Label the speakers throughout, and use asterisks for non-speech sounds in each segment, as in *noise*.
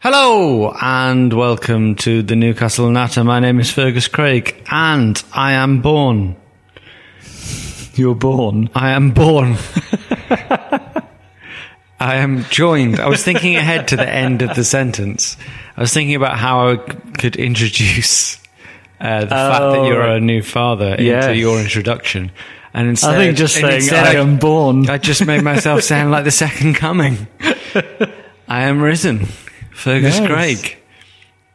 Speaker 1: Hello and welcome to the Newcastle Natter. My name is Fergus Craig and I am born.
Speaker 2: You're born.
Speaker 1: I am born. I am joined. I was thinking ahead to the end of the sentence. I was thinking about how I could introduce uh, the fact that
Speaker 2: Oh,
Speaker 1: you're
Speaker 2: right.
Speaker 1: a new father
Speaker 2: Yes.
Speaker 1: into your introduction. And instead,
Speaker 2: I think just
Speaker 1: and
Speaker 2: saying
Speaker 1: instead
Speaker 2: I am born.
Speaker 1: I just made myself sound like the second coming. I am risen, Fergus
Speaker 2: Nice.
Speaker 1: Craig.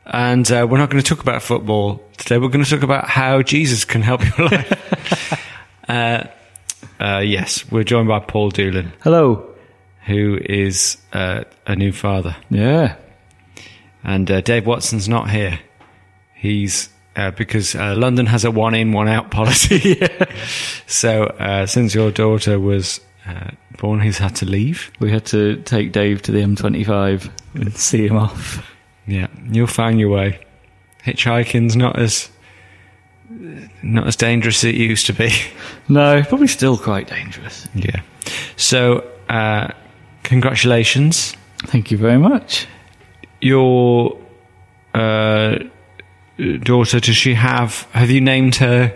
Speaker 1: And uh, we're not going to talk about football today. We're going to talk about how Jesus can help your life. *laughs* uh, uh, yes, we're joined by Paul Doolan,
Speaker 2: Hello.
Speaker 1: who is uh, a new father.
Speaker 2: Yeah.
Speaker 1: And uh, Dave Watson's not here. He's uh, because uh, London has a one in, one out policy. *laughs* So uh, since your daughter was uh, born, he's had to leave.
Speaker 2: We had to take Dave to the M25 and see him off.
Speaker 1: Yeah, you'll find your way. Hitchhiking's not as not as dangerous as it used to be. *laughs*
Speaker 2: No, probably still quite dangerous.
Speaker 1: Yeah. So, uh, congratulations.
Speaker 2: Thank you very much.
Speaker 1: Your uh, daughter. Does she have? Have you named her?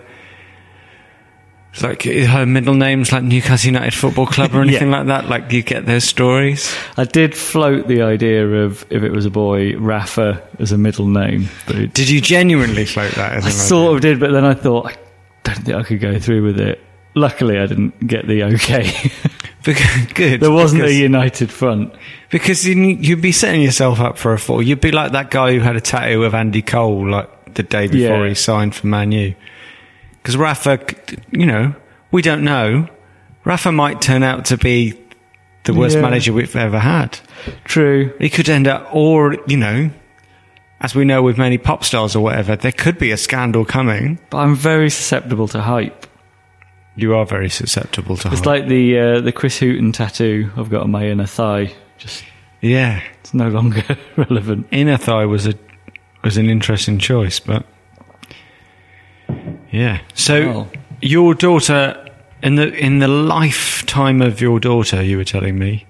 Speaker 1: It's like her middle name's like Newcastle United Football Club *laughs* or
Speaker 2: Yeah.
Speaker 1: anything like that. Like you get those stories.
Speaker 2: I did float the idea of if it was a boy, Rafa as a middle name, but it
Speaker 1: Did you genuinely float that? As
Speaker 2: I
Speaker 1: an idea?
Speaker 2: sort of did, but then I thought I don't think I could go through with it. Luckily, I didn't get the okay. *laughs*
Speaker 1: *laughs* Because, good.
Speaker 2: there wasn't
Speaker 1: because-
Speaker 2: a united front.
Speaker 1: Because you, ne- you'd be setting yourself up for a fall. You'd be like that guy who had a tattoo of Andy Cole, like the day before
Speaker 2: Yeah.
Speaker 1: he signed for Man U. Because Rafa, c- you know, we don't know. Rafa might turn out to be the worst
Speaker 2: Yeah.
Speaker 1: manager we've ever had.
Speaker 2: True.
Speaker 1: He could end up, or you know, as we know with many pop stars or whatever, there could be a scandal coming.
Speaker 2: But I'm very susceptible to hype.
Speaker 1: You are very susceptible to.
Speaker 2: It's
Speaker 1: hype.
Speaker 2: like the uh, the Chris Hooton tattoo I've got on my inner thigh. Just
Speaker 1: yeah,
Speaker 2: it's no longer *laughs* relevant.
Speaker 1: inner thigh was a was an interesting choice, but yeah. So
Speaker 2: Oh.
Speaker 1: your daughter in the in the lifetime of your daughter, you were telling me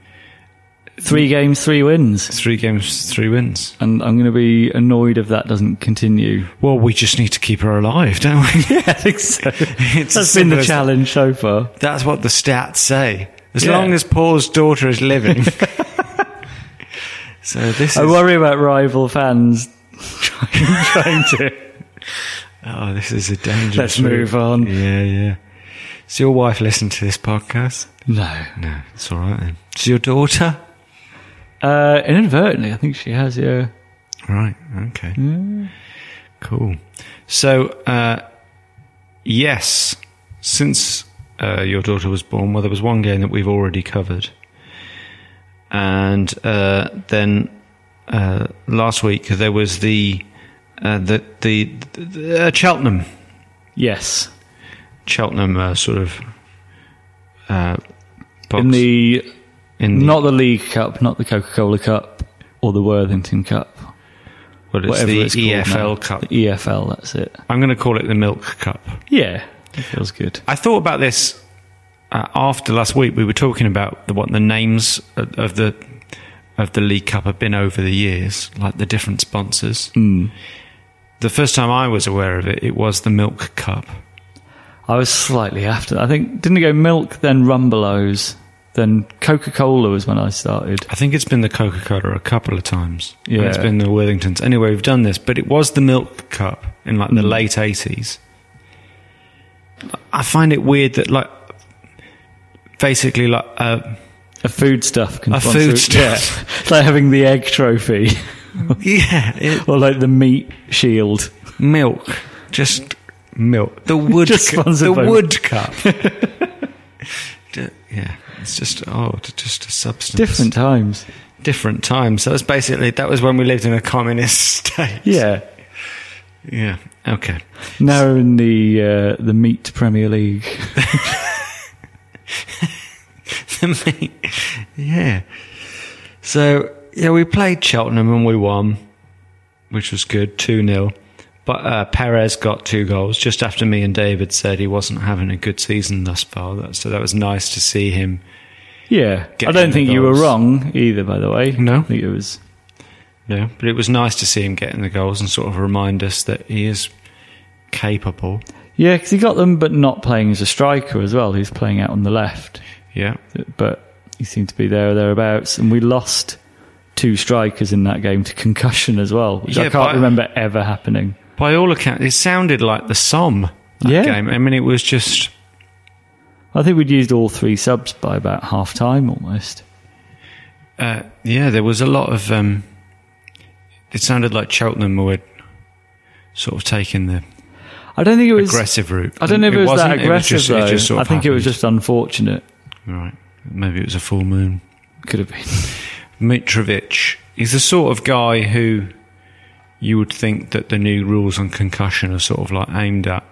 Speaker 2: Three games, three wins,
Speaker 1: three games, three wins.
Speaker 2: and I'm going to be annoyed if that doesn't
Speaker 1: *laughs*
Speaker 2: continue.
Speaker 1: Well, we just need to keep her alive, *laughs* don't we?
Speaker 2: I think so.
Speaker 1: It's as
Speaker 2: That's been
Speaker 1: simple
Speaker 2: the
Speaker 1: as-
Speaker 2: challenge so far.
Speaker 1: That's what the stats say. As
Speaker 2: Yeah.
Speaker 1: long as Paul's daughter is
Speaker 2: *laughs*
Speaker 1: living. so this is.
Speaker 2: I worry about rival fans *laughs* trying, trying to.
Speaker 1: oh, this is a dangerous.
Speaker 2: Let's
Speaker 1: route.
Speaker 2: move on.
Speaker 1: Yeah, yeah. Does your wife listen to this podcast?
Speaker 2: No,
Speaker 1: No, it's all right then. Does your daughter?
Speaker 2: uh, inadvertently, I think she has. Yeah,
Speaker 1: Right. Okay.
Speaker 2: Hmm.
Speaker 1: Cool. So, uh, yes, since uh, your daughter was born, well, there was one game that we've already covered, and uh, then uh, last week there was the uh, the the, the uh, Cheltenham
Speaker 2: yes.
Speaker 1: Cheltenham uh, sort of. Uh, box
Speaker 2: In the
Speaker 1: in the-
Speaker 2: not the League Cup, not the Coca Cola Cup or the Worthington Cup.
Speaker 1: Well, it's
Speaker 2: Whatever
Speaker 1: the
Speaker 2: it's called
Speaker 1: EFL
Speaker 2: now.
Speaker 1: Cup.
Speaker 2: The EFL, that's it.
Speaker 1: I'm going to call it the Milk Cup.
Speaker 2: Yeah, it feels good.
Speaker 1: I thought about this uh, after last week. We were talking about the, what the names of, of the of the League Cup have been over the years, like the different sponsors. The first time I was aware of it, it was the Milk Cup.
Speaker 2: I was slightly after. I think didn't it go milk, then Rumbelows, then Coca Cola was when I started.
Speaker 1: I think it's been the Coca Cola a couple of times. And it's
Speaker 2: Yeah.
Speaker 1: been the Worthingtons. Anyway, we've done this, but it was the Milk Cup in like the
Speaker 2: Mm.
Speaker 1: late eighties. I find it weird that like basically like uh,
Speaker 2: A food stuff can
Speaker 1: A
Speaker 2: sponsor
Speaker 1: food
Speaker 2: it.
Speaker 1: stuff.
Speaker 2: Yeah. It's *laughs* like having the egg trophy
Speaker 1: *laughs*
Speaker 2: *laughs*
Speaker 1: yeah, it,
Speaker 2: or like the meat shield.
Speaker 1: milk, just milk.
Speaker 2: *laughs*
Speaker 1: The wood,
Speaker 2: Just
Speaker 1: cu-
Speaker 2: sponsored
Speaker 1: the
Speaker 2: by- *laughs*
Speaker 1: wood cup. D- yeah, it's just odd, just a substance.
Speaker 2: Different times.
Speaker 1: different time. So that's basically that was when we lived in a communist *laughs* state.
Speaker 2: Yeah.
Speaker 1: yeah. Okay. *laughs*
Speaker 2: Now we're in the uh, the meat Premier League.
Speaker 1: yeah. So yeah, we played Cheltenham and we won, which was good, two 0 But uh, Perez got two goals just after me and David said he wasn't having a good season thus far. That- So that was nice to see him.
Speaker 2: Yeah.
Speaker 1: Get
Speaker 2: I
Speaker 1: in
Speaker 2: don't think
Speaker 1: the
Speaker 2: you were
Speaker 1: goals.
Speaker 2: wrong either. By the way,
Speaker 1: No.
Speaker 2: I think it was.
Speaker 1: Yeah, but it was nice to see him getting the goals and sort of remind us that he is capable.
Speaker 2: Yeah, because he got them, but not playing as a striker as well. He's playing out on the left.
Speaker 1: Yeah,
Speaker 2: but he seemed to be there or thereabouts. And we lost two strikers in that game to concussion as well, which
Speaker 1: Yeah,
Speaker 2: I can't
Speaker 1: but-
Speaker 2: remember ever happening.
Speaker 1: by all accounts, it sounded like the Somme that
Speaker 2: Yeah.
Speaker 1: game. I mean, it was just
Speaker 2: I think we'd used all three subs by about half time almost.
Speaker 1: Uh, yeah, there was a lot of. Um, it sounded like Cheltenham were sort of taking the
Speaker 2: I don't think it was
Speaker 1: aggressive route.
Speaker 2: I don't know if it was
Speaker 1: wasn't,
Speaker 2: that aggressive
Speaker 1: just-
Speaker 2: though.
Speaker 1: just sort
Speaker 2: I
Speaker 1: of
Speaker 2: think it was
Speaker 1: happened.
Speaker 2: just unfortunate.
Speaker 1: right. Maybe it was a full moon.
Speaker 2: Could have been.
Speaker 1: Mitrovic is the sort of guy who you would think that the new rules on concussion are sort of like aimed at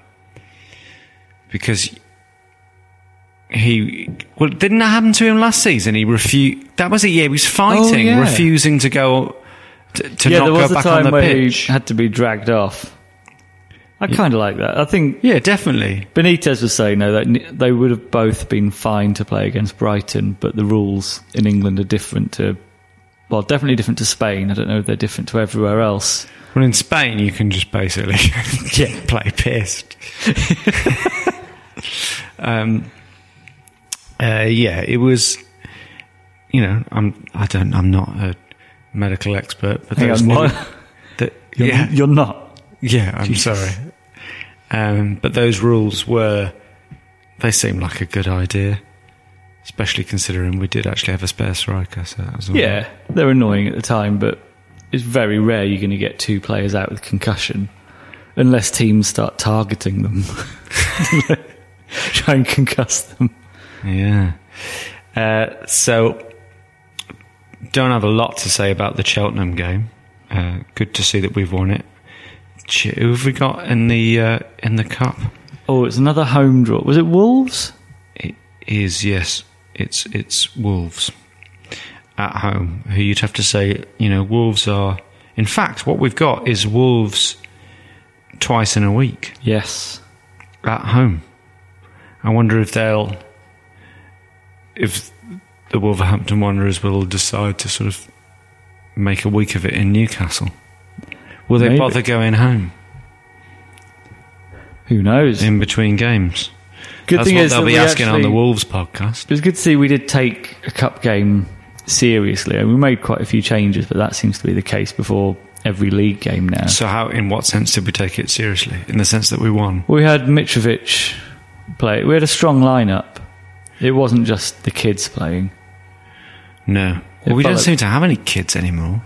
Speaker 1: because he well didn't that happen to him last season he refused that was it yeah he was fighting
Speaker 2: Oh, yeah.
Speaker 1: refusing to go to, to
Speaker 2: yeah,
Speaker 1: not
Speaker 2: there
Speaker 1: go
Speaker 2: was a
Speaker 1: back
Speaker 2: time
Speaker 1: on the
Speaker 2: where
Speaker 1: pitch
Speaker 2: he had to be dragged off. I kind of like that. I think
Speaker 1: Yeah, definitely.
Speaker 2: Benitez was saying though that they would have both been fine to play against Brighton, but the rules in England are different to, well, definitely different to Spain. I don't know if they're different to everywhere else.
Speaker 1: Well, in Spain, you can just basically *laughs* play pissed. *laughs* um, uh, yeah, it was. You know, I'm. I don't. I'm not a medical expert, but
Speaker 2: Hang
Speaker 1: those
Speaker 2: on,
Speaker 1: new-
Speaker 2: what?
Speaker 1: that-
Speaker 2: *laughs* You're,
Speaker 1: yeah,
Speaker 2: you're not.
Speaker 1: yeah. I'm
Speaker 2: Jesus.
Speaker 1: sorry, um, but those rules were. They seemed like a good idea, especially considering we did actually have a spare striker. So that was all right.
Speaker 2: Yeah, they're annoying at the time, but it's very rare you're going to get two players out with concussion unless teams start targeting them, *laughs* try and concuss them.
Speaker 1: Yeah. Uh, so, don't have a lot to say about the Cheltenham game. Uh, good to see that we've won it. Ch- Who have we got in the uh, in the cup?
Speaker 2: Oh, it's another home draw. Was it Wolves?
Speaker 1: It is yes. It's it's Wolves at home. Who you'd have to say you know Wolves are. In fact, what we've got is Wolves twice in a week.
Speaker 2: Yes.
Speaker 1: at home. I wonder if they'll, if the Wolverhampton Wanderers will decide to sort of make a week of it in Newcastle. Will they
Speaker 2: Maybe.
Speaker 1: bother going home
Speaker 2: Who knows?
Speaker 1: in between games?
Speaker 2: Good
Speaker 1: That's
Speaker 2: thing
Speaker 1: what
Speaker 2: is
Speaker 1: they'll
Speaker 2: that
Speaker 1: be
Speaker 2: we
Speaker 1: asking on the
Speaker 2: actually-
Speaker 1: Wolves podcast.
Speaker 2: It was good to see we did take a cup game seriously. We made quite a few changes, but that seems to be the case before every league game now.
Speaker 1: So, how, in what sense did we take it seriously? In the sense that we won.
Speaker 2: We had Mitrovic play. We had a strong lineup. It wasn't just the kids playing.
Speaker 1: No.
Speaker 2: It
Speaker 1: Well, we
Speaker 2: felt
Speaker 1: don't
Speaker 2: like-
Speaker 1: seem to have any kids anymore.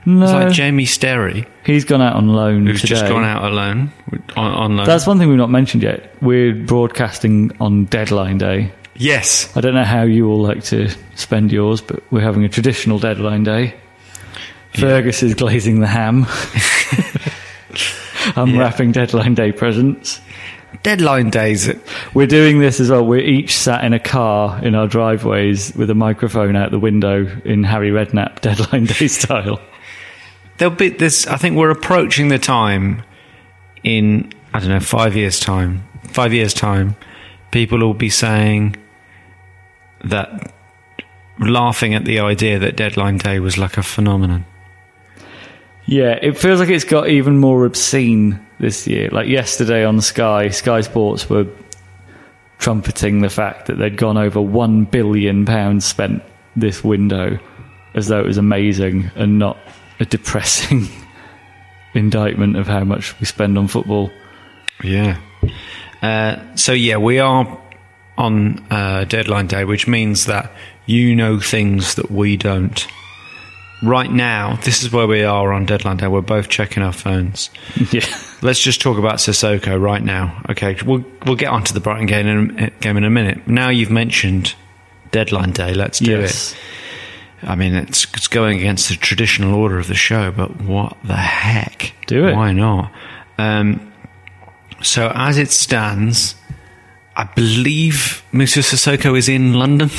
Speaker 1: It's
Speaker 2: No,
Speaker 1: like Jamie Sterry,
Speaker 2: he's gone out on loan
Speaker 1: who's
Speaker 2: today.
Speaker 1: just gone out alone on, on loan.
Speaker 2: That's one thing we've not mentioned yet. We're broadcasting on deadline day.
Speaker 1: yes,
Speaker 2: I don't know how you all like to spend yours, but we're having a traditional deadline day. Fergus is glazing the ham. I'm wrapping deadline day presents.
Speaker 1: deadline days at
Speaker 2: We're doing this as well. We're each sat in a car in our *laughs* driveways with a microphone out the window in Harry Redknapp deadline day style.
Speaker 1: there'll be this. I think we're approaching the time in I don't know five years time. Five years time, people will be saying that laughing at the idea that deadline day was like a phenomenon.
Speaker 2: Yeah, it feels like it's got even more obscene this year. Like yesterday on Sky, Sky Sports were trumpeting the fact that they'd gone over one billion pounds spent this window, as though it was amazing and not a depressing *laughs* indictment of how much we spend on football.
Speaker 1: Yeah. Uh, so yeah, we are on uh, deadline day, which means that you know things that we don't. Right now, this is where we are on deadline day. We're both checking our phones.
Speaker 2: Yeah,
Speaker 1: Let's just talk about Sissoko right now. Okay, we'll we'll get onto the Brighton game in, game in a minute. Now you've mentioned deadline day. Let's do
Speaker 2: *laughs* yes.
Speaker 1: it. I mean, it's it's going against the traditional order of the show, but what the heck?
Speaker 2: Do it.
Speaker 1: Why not? Um, so as it stands, I believe Musa Sissoko is in London.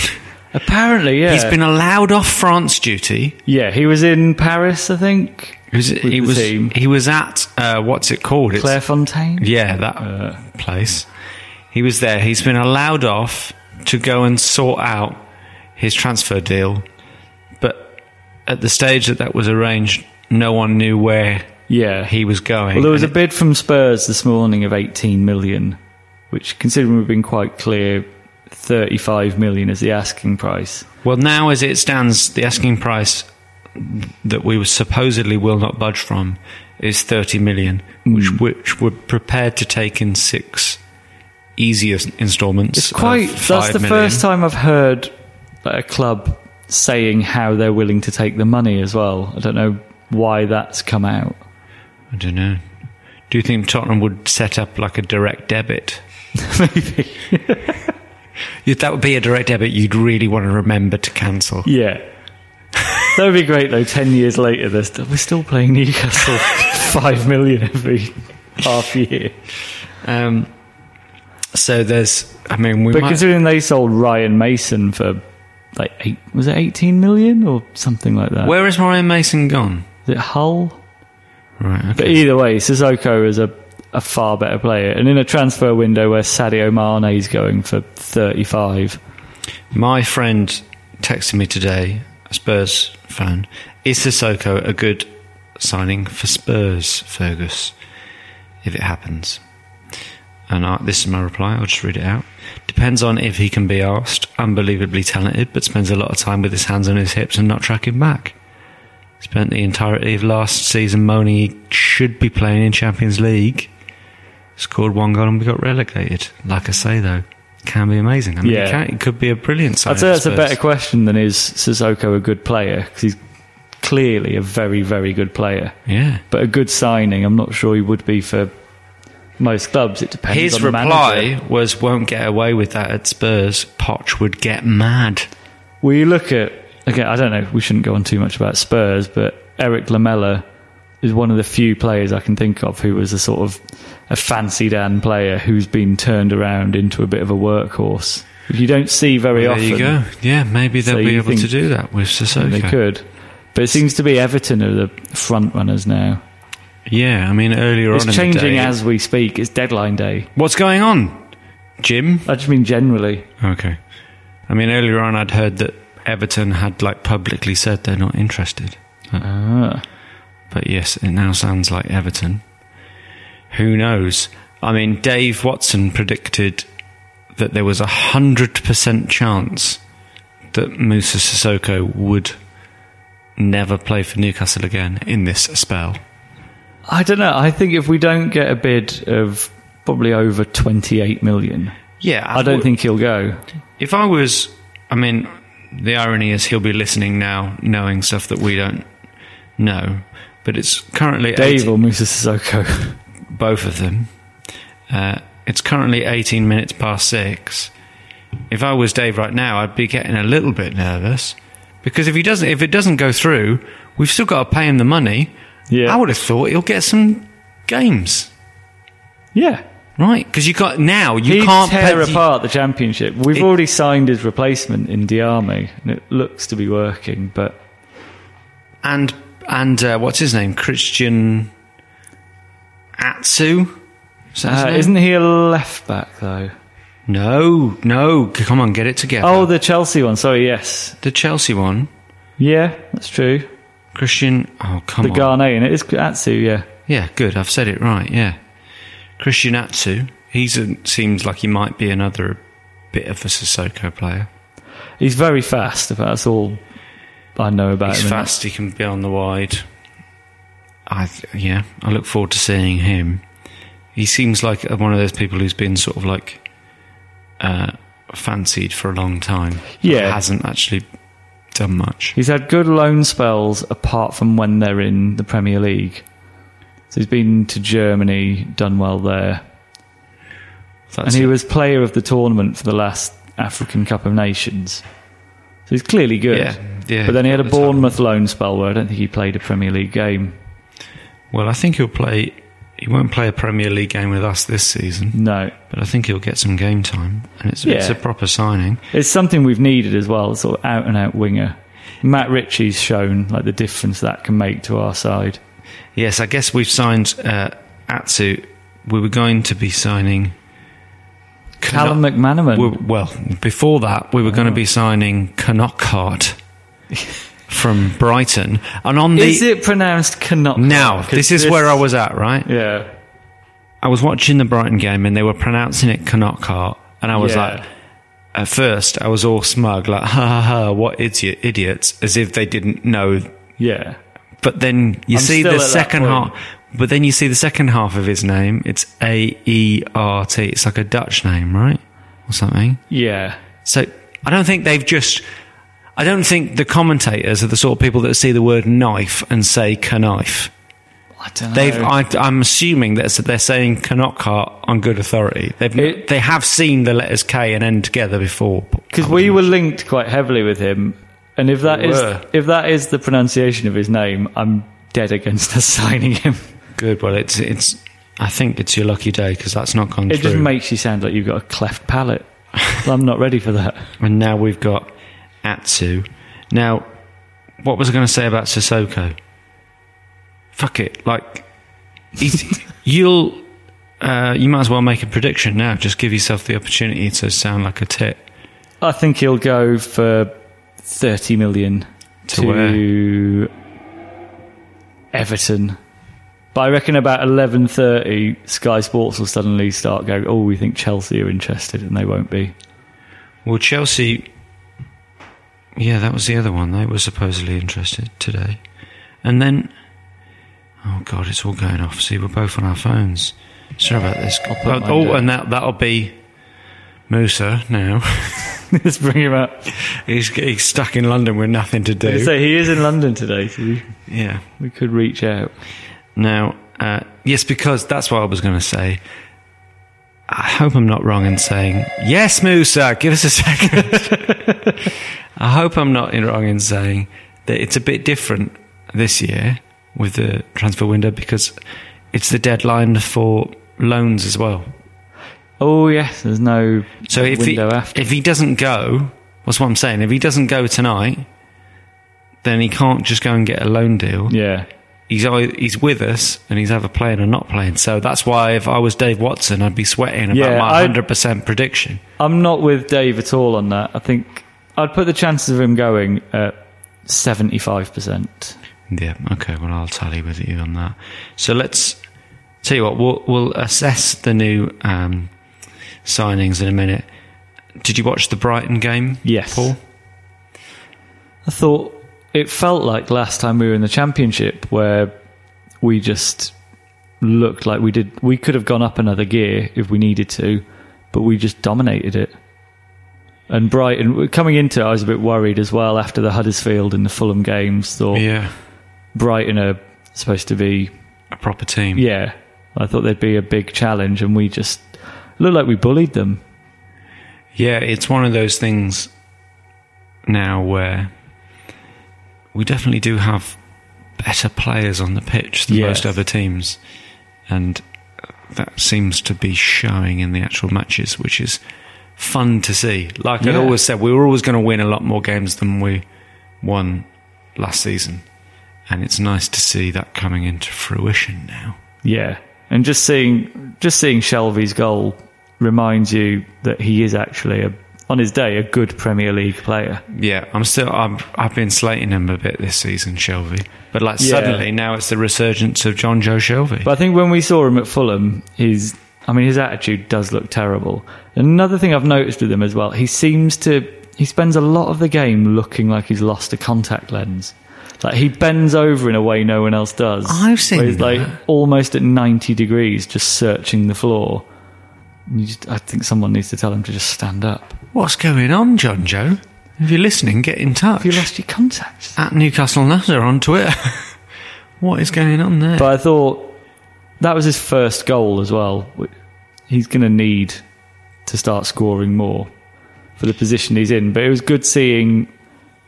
Speaker 2: Apparently, yeah.
Speaker 1: He's been allowed off France duty.
Speaker 2: yeah, he was in Paris, I think.
Speaker 1: He was
Speaker 2: with
Speaker 1: he
Speaker 2: the
Speaker 1: was,
Speaker 2: team.
Speaker 1: he was at uh, what's it called? It's-
Speaker 2: Clairefontaine.
Speaker 1: Yeah, that
Speaker 2: Uh,
Speaker 1: place. He was there. He's been allowed off to go and sort out his transfer deal. But at the stage that that was arranged, no one knew where
Speaker 2: Yeah,
Speaker 1: he was going.
Speaker 2: Well, there was a
Speaker 1: And
Speaker 2: bid from Spurs this morning of 18 million, which, considering we've been quite clear, 35 million is the asking price.
Speaker 1: it- well, now as it stands, the asking price that we supposedly will not budge from is 30 million, which,
Speaker 2: Hmm.
Speaker 1: which we're prepared to take in six easier installments.
Speaker 2: It's quite.
Speaker 1: of
Speaker 2: That's
Speaker 1: five
Speaker 2: the
Speaker 1: million.
Speaker 2: first time I've heard like, a club saying how they're willing to take the money as well. I don't know why that's come out.
Speaker 1: I don't know. Do you think Tottenham would set up like a direct debit?
Speaker 2: *laughs*
Speaker 1: *laughs*
Speaker 2: Maybe.
Speaker 1: Yeah, That would be a direct debit you'd really want to remember to cancel.
Speaker 2: Yeah. *laughs* that would be great though. Ten years later, they're st- we're still playing Newcastle *laughs* five million every half year.
Speaker 1: Um, so there's, I mean, we
Speaker 2: But
Speaker 1: might,
Speaker 2: considering they sold Ryan Mason for like eight, was it eighteen million or something like that?
Speaker 1: where is Ryan Mason gone?
Speaker 2: Is it Hull?
Speaker 1: Right. Okay.
Speaker 2: But either way, Sissoko is a, a far better player, and in a transfer window where Sadio Mane is going for thirty-five,
Speaker 1: My friend texted me today, a Spurs fan. Is Sissoko a good signing for Spurs, Fergus? If it happens. And I, this is my reply, I'll just read it out. Depends on if he can be asked. Unbelievably talented, but spends a lot of time with his hands on his hips and not tracking back. Spent the entirety of last season moaning he should be playing in Champions League. Scored one goal and we got relegated. Like I say, though, can be amazing. I mean, it,
Speaker 2: Yeah.
Speaker 1: can, it could be a brilliant signing.
Speaker 2: I'd say
Speaker 1: for
Speaker 2: that's a
Speaker 1: Spurs.
Speaker 2: better question than is Sissoko a good player because he's clearly a very, very good player.
Speaker 1: Yeah.
Speaker 2: But a good signing, I'm not sure he would be for most clubs. It depends.
Speaker 1: His
Speaker 2: on the
Speaker 1: reply
Speaker 2: manager.
Speaker 1: was, "Won't get away with that at Spurs. Poch would get mad."
Speaker 2: We look at again. I don't know. We shouldn't go on too much about Spurs, but Eric Lamella is one of the few players I can think of who was a sort of a fancy Dan player who's been turned around into a bit of a workhorse. You don't see very
Speaker 1: there
Speaker 2: often.
Speaker 1: you go. Yeah, maybe they'll
Speaker 2: So
Speaker 1: be
Speaker 2: you
Speaker 1: able to
Speaker 2: think
Speaker 1: do that with Sissoko.
Speaker 2: They could, but it seems to be Everton are the front runners now.
Speaker 1: Yeah, I mean earlier on,
Speaker 2: It's
Speaker 1: in the
Speaker 2: changing
Speaker 1: day,
Speaker 2: as we speak. It's deadline day.
Speaker 1: what's going on, Jim?
Speaker 2: I just mean generally.
Speaker 1: Okay. I mean earlier on, I'd heard that Everton had like publicly said they're not interested.
Speaker 2: Ah.
Speaker 1: But yes, it now sounds like Everton. Who knows? I mean, Dave Watson predicted that there was a hundred percent chance that Musa Sissoko would never play for Newcastle again in this spell.
Speaker 2: I don't know. I think if we don't get a bid of probably over 28 million,
Speaker 1: Yeah,
Speaker 2: I don't think he'll go.
Speaker 1: if I was. I mean, the irony is he'll be listening now, knowing stuff that we don't know. But it's currently
Speaker 2: Dave or Musa Sissoko.
Speaker 1: both of them. Uh, it's currently 18 minutes past six. If I was Dave right now, I'd be getting a little bit nervous because if he doesn't, if it doesn't go through, we've still got to pay him the money.
Speaker 2: *laughs* Yeah.
Speaker 1: I would have thought he'll get some games,
Speaker 2: yeah.
Speaker 1: right? Because you got now you
Speaker 2: He'd
Speaker 1: can't
Speaker 2: tear
Speaker 1: pay-
Speaker 2: apart the championship. We've
Speaker 1: It-
Speaker 2: already signed his replacement in Diarmi, and it looks to be working, but
Speaker 1: and And uh, what's his name? Christian Atsu? Is that his
Speaker 2: Uh,
Speaker 1: name?
Speaker 2: isn't he a left back though?
Speaker 1: No, no. c- Come on, get it together.
Speaker 2: Oh, the Chelsea one. Sorry, yes,
Speaker 1: the Chelsea one.
Speaker 2: yeah, that's true.
Speaker 1: Christian. Oh, come
Speaker 2: The
Speaker 1: on.
Speaker 2: Ghanaian. It is Atsu. Yeah,
Speaker 1: Yeah, good. I've said it right. Yeah, Christian Atsu. He seems like he might be another bit of a Sissoko player.
Speaker 2: he's very fast. If that's all I know about
Speaker 1: He's
Speaker 2: him.
Speaker 1: fast. He can be on the wide. I th- yeah. I look forward to seeing him. He seems like one of those people who's been sort of like uh, fancied for a long time. but
Speaker 2: Yeah.
Speaker 1: hasn't actually done much.
Speaker 2: He's had good loan spells apart from when they're in the Premier League. So he's been to Germany, done well there.
Speaker 1: That's
Speaker 2: And he
Speaker 1: it.
Speaker 2: was player of the tournament for the last African Cup of Nations. So he's clearly good.
Speaker 1: Yeah, yeah,
Speaker 2: but then he had a
Speaker 1: that's happened.
Speaker 2: Bournemouth loan spell where I don't think he played a Premier League game.
Speaker 1: Well, I think he'll play. He won't play a Premier League game with us this season,
Speaker 2: No.
Speaker 1: but I think he'll get some game time, and it's, it's
Speaker 2: Yeah.
Speaker 1: a proper signing.
Speaker 2: It's something we've needed as well, sort of out and out winger. Matt Ritchie's shown like the difference that can make to our side.
Speaker 1: Yes, I guess we've signed uh, Atsu. We were going to be signing
Speaker 2: Callum McManaman.
Speaker 1: We- well, before that, we were going to be signing
Speaker 2: *laughs*
Speaker 1: Knockhart from Brighton, and on the
Speaker 2: is it pronounced Canuck?
Speaker 1: now this is where I was at, right?
Speaker 2: Yeah.
Speaker 1: I was watching the Brighton game and they were pronouncing it Knockhart, and I was
Speaker 2: Yeah.
Speaker 1: like, at first, I was all smug, like, ha ha ha, what idiot, idiots, as if they didn't know.
Speaker 2: Yeah.
Speaker 1: But then you
Speaker 2: I'm
Speaker 1: see
Speaker 2: still
Speaker 1: the
Speaker 2: at that
Speaker 1: second
Speaker 2: point.
Speaker 1: half, but then you see the second half of his name. It's A E R T. It's like a Dutch name, right? Or something.
Speaker 2: Yeah.
Speaker 1: So I don't think they've just. I don't think the commentators are the sort of people that see the word knife and say knife.
Speaker 2: I don't know.
Speaker 1: They've, I, I'm assuming that they're saying Knockhart on good authority. They've,
Speaker 2: It-
Speaker 1: they have seen the letters K and N together before.
Speaker 2: because we were linked quite heavily with him, and if that
Speaker 1: We
Speaker 2: is
Speaker 1: were.
Speaker 2: if that is the pronunciation of his name, I'm dead against us *laughs* signing him.
Speaker 1: Good. Well, it's it's. I think it's your lucky day because that's not gone
Speaker 2: It
Speaker 1: through.
Speaker 2: just makes you sound like you've got a cleft palate. I'm not ready for that.
Speaker 1: and now we've got Atsu. Now, what was I going to say about Sissoko? Fuck it. Like, he's- *laughs* you'll. Uh, you might as well make a prediction now. Just give yourself the opportunity to sound like a tit.
Speaker 2: I think he'll go for thirty million
Speaker 1: To
Speaker 2: to Everton. But I reckon about eleven thirty, Sky Sports will suddenly start going. Oh, we think Chelsea are interested, and they won't be. *laughs*
Speaker 1: Well, Chelsea. Yeah, that was the other one. They were supposedly interested today. And then. Oh, God, it's all going off. See, we're both on our phones. Sorry about this.
Speaker 2: put mine
Speaker 1: Oh,
Speaker 2: down.
Speaker 1: and that, that'll be Musa now.
Speaker 2: Let's bring him up.
Speaker 1: he's, he's stuck in London with nothing to do.
Speaker 2: So he is in London today, so we-
Speaker 1: yeah.
Speaker 2: we could reach out.
Speaker 1: Now, uh, yes, because that's what I was going to say. I hope I'm not wrong in saying, yes, Musa, give us a second. *laughs* I hope I'm not in- wrong in saying that it's a bit different this year with the transfer window because it's the deadline for loans as well.
Speaker 2: Oh yes, there's no
Speaker 1: So if he,
Speaker 2: window after.
Speaker 1: if he doesn't go, that's what I'm saying. If he doesn't go tonight, then he can't just go and get a loan deal.
Speaker 2: yeah,
Speaker 1: he's ei- he's with us and he's either playing or not playing. So that's why if I was Dave Watson, I'd be sweating about
Speaker 2: Yeah,
Speaker 1: my
Speaker 2: I-
Speaker 1: hundred percent prediction.
Speaker 2: I'm not with Dave at all on that. I think I'd put the chances of him going at seventy-five percent.
Speaker 1: Yeah. Okay. Well, I'll tally with you on that. So let's tell you what. We'll, we'll assess the new um, signings in a minute. Did you watch the Brighton game?
Speaker 2: Yes.
Speaker 1: Paul.
Speaker 2: I thought it felt like last time we were in the championship where we just looked like we did. We could have gone up another gear if we needed to, but we just dominated it. And Brighton coming into, it, I was a bit worried as well after the Huddersfield and the Fulham games. Thought
Speaker 1: Yeah.
Speaker 2: Brighton are supposed to be
Speaker 1: A proper team.
Speaker 2: Yeah, I thought they'd be a big challenge, and we just looked like we bullied them.
Speaker 1: Yeah, it's one of those things now where we definitely do have better players on the pitch than
Speaker 2: Yes.
Speaker 1: most other teams, and that seems to be showing in the actual matches, which is fun to see. Like I'd
Speaker 2: Yeah.
Speaker 1: always said, we were always going to win a lot more games than we won last season, and it's nice to see that coming into fruition now.
Speaker 2: Yeah, and just seeing just seeing Shelby's goal reminds you that he is actually a, on his day a good Premier League player.
Speaker 1: Yeah, I'm still I'm, I've been slating him a bit this season, Shelby. But like
Speaker 2: Yeah.
Speaker 1: suddenly now it's the resurgence of John Joe Shelby.
Speaker 2: But I think when we saw him at Fulham, his I mean his attitude does look terrible. Another thing I've noticed with him as well, he seems to he spends a lot of the game looking like he's lost a contact lens. Like he bends over in a way no one else does.
Speaker 1: I've seen
Speaker 2: where he's like
Speaker 1: that.
Speaker 2: almost at ninety degrees, just searching the floor. You just, I think someone needs to tell him to just stand up.
Speaker 1: What's going on, John Joe? If you're listening, get in touch.
Speaker 2: Have you lost your contacts?
Speaker 1: at Newcastle Nasser on Twitter. *laughs* what is going on there?
Speaker 2: But I thought that was his first goal as well. Wh- He's going to need to start scoring more for the position he's in. But it was good seeing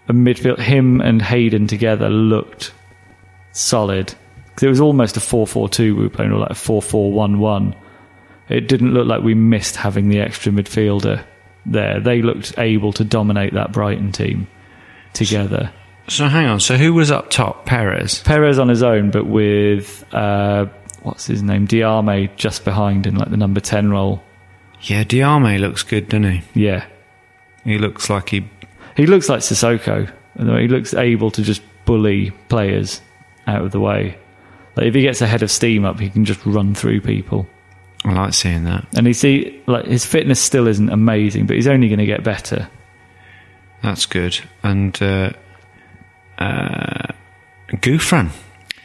Speaker 2: a midfield him and Hayden together looked solid because it was almost a 4-4-2 we were playing, or like a 4-4-1-1. It didn't look like we missed having the extra midfielder there. They looked able to dominate that Brighton team together.
Speaker 1: so hang on. So who was up top? Perez.
Speaker 2: Perez on his own, but with uh, what's his name, Diarme just behind in like the number ten role.
Speaker 1: Yeah, Diarme looks good, doesn't he?
Speaker 2: Yeah,
Speaker 1: He looks like he.
Speaker 2: he looks like Sissoko. in the way He looks able to just bully players out of the way. Like if he gets a head of steam up, he can just run through people.
Speaker 1: I like seeing that.
Speaker 2: And you see, like his fitness still isn't amazing, but he's only going to get better.
Speaker 1: That's good. And uh, uh, Gufran.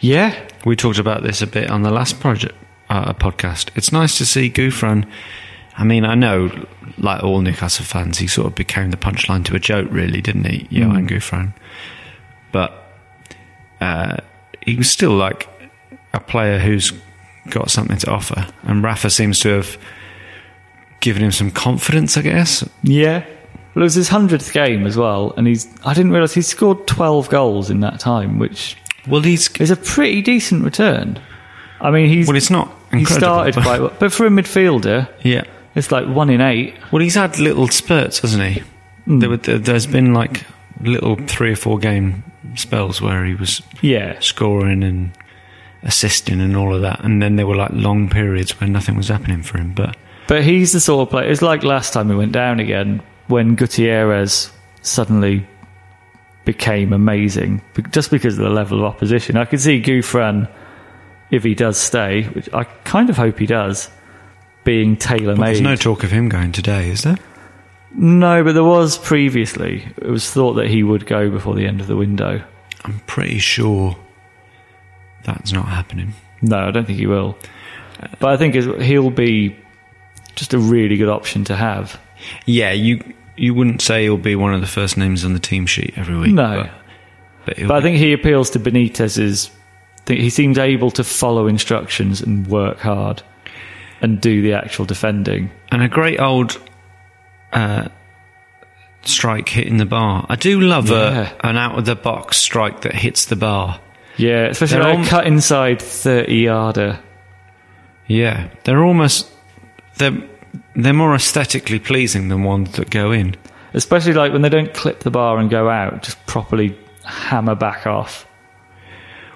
Speaker 2: Yeah,
Speaker 1: We talked about this a bit on the last project uh, podcast. It's nice to see Gufran. I mean, I know, like all Newcastle fans, he sort of became the punchline to a joke, really, didn't he, Johan Gufran? But uh, he was still like a player who's got something to offer, and Rafa seems to have given him some confidence, I guess.
Speaker 2: yeah. Well, it was his hundredth game as well, and he's—I didn't realise he scored twelve goals in that time, which
Speaker 1: Well, he's
Speaker 2: is a pretty decent return. I mean, he's
Speaker 1: well, it's not.
Speaker 2: he
Speaker 1: incredible,
Speaker 2: started
Speaker 1: but-
Speaker 2: quite well, but for a midfielder,
Speaker 1: yeah.
Speaker 2: it's like one in eight.
Speaker 1: Well, he's had little spurts, hasn't he?
Speaker 2: Hmm.
Speaker 1: There were, there, there's been like little three or four game spells where he was
Speaker 2: Yeah,
Speaker 1: scoring and assisting and all of that, and then there were like long periods where nothing was happening for him. But
Speaker 2: but he's the sort of player. It's like last time we went down again when Gutierrez suddenly became amazing be- just because of the level of opposition. I could see Gouffran if he does stay, which I kind of hope he does, being tailor
Speaker 1: there's
Speaker 2: made.
Speaker 1: no talk of him going today, is there?
Speaker 2: no, but there was previously. It was thought that he would go before the end of the window.
Speaker 1: I'm pretty sure that's not happening.
Speaker 2: No, I don't think he will. But I think is- he'll be just a really good option to have.
Speaker 1: Yeah, you you wouldn't say he'll be one of the first names on the team sheet every week.
Speaker 2: No,
Speaker 1: but, but, he'll
Speaker 2: but I
Speaker 1: be-
Speaker 2: think he appeals to Benitez's. th- He seems able to follow instructions and work hard and do the actual defending.
Speaker 1: and a great old uh, strike hitting the bar. I do love
Speaker 2: Yeah.
Speaker 1: a, an out of the box strike that hits the bar.
Speaker 2: Yeah, especially
Speaker 1: They're
Speaker 2: like
Speaker 1: alm-
Speaker 2: a cut inside thirty yarder.
Speaker 1: Yeah, they're almost they're they're more aesthetically pleasing than ones that go in.
Speaker 2: Especially like when they don't clip the bar and go out, just properly hammer back off.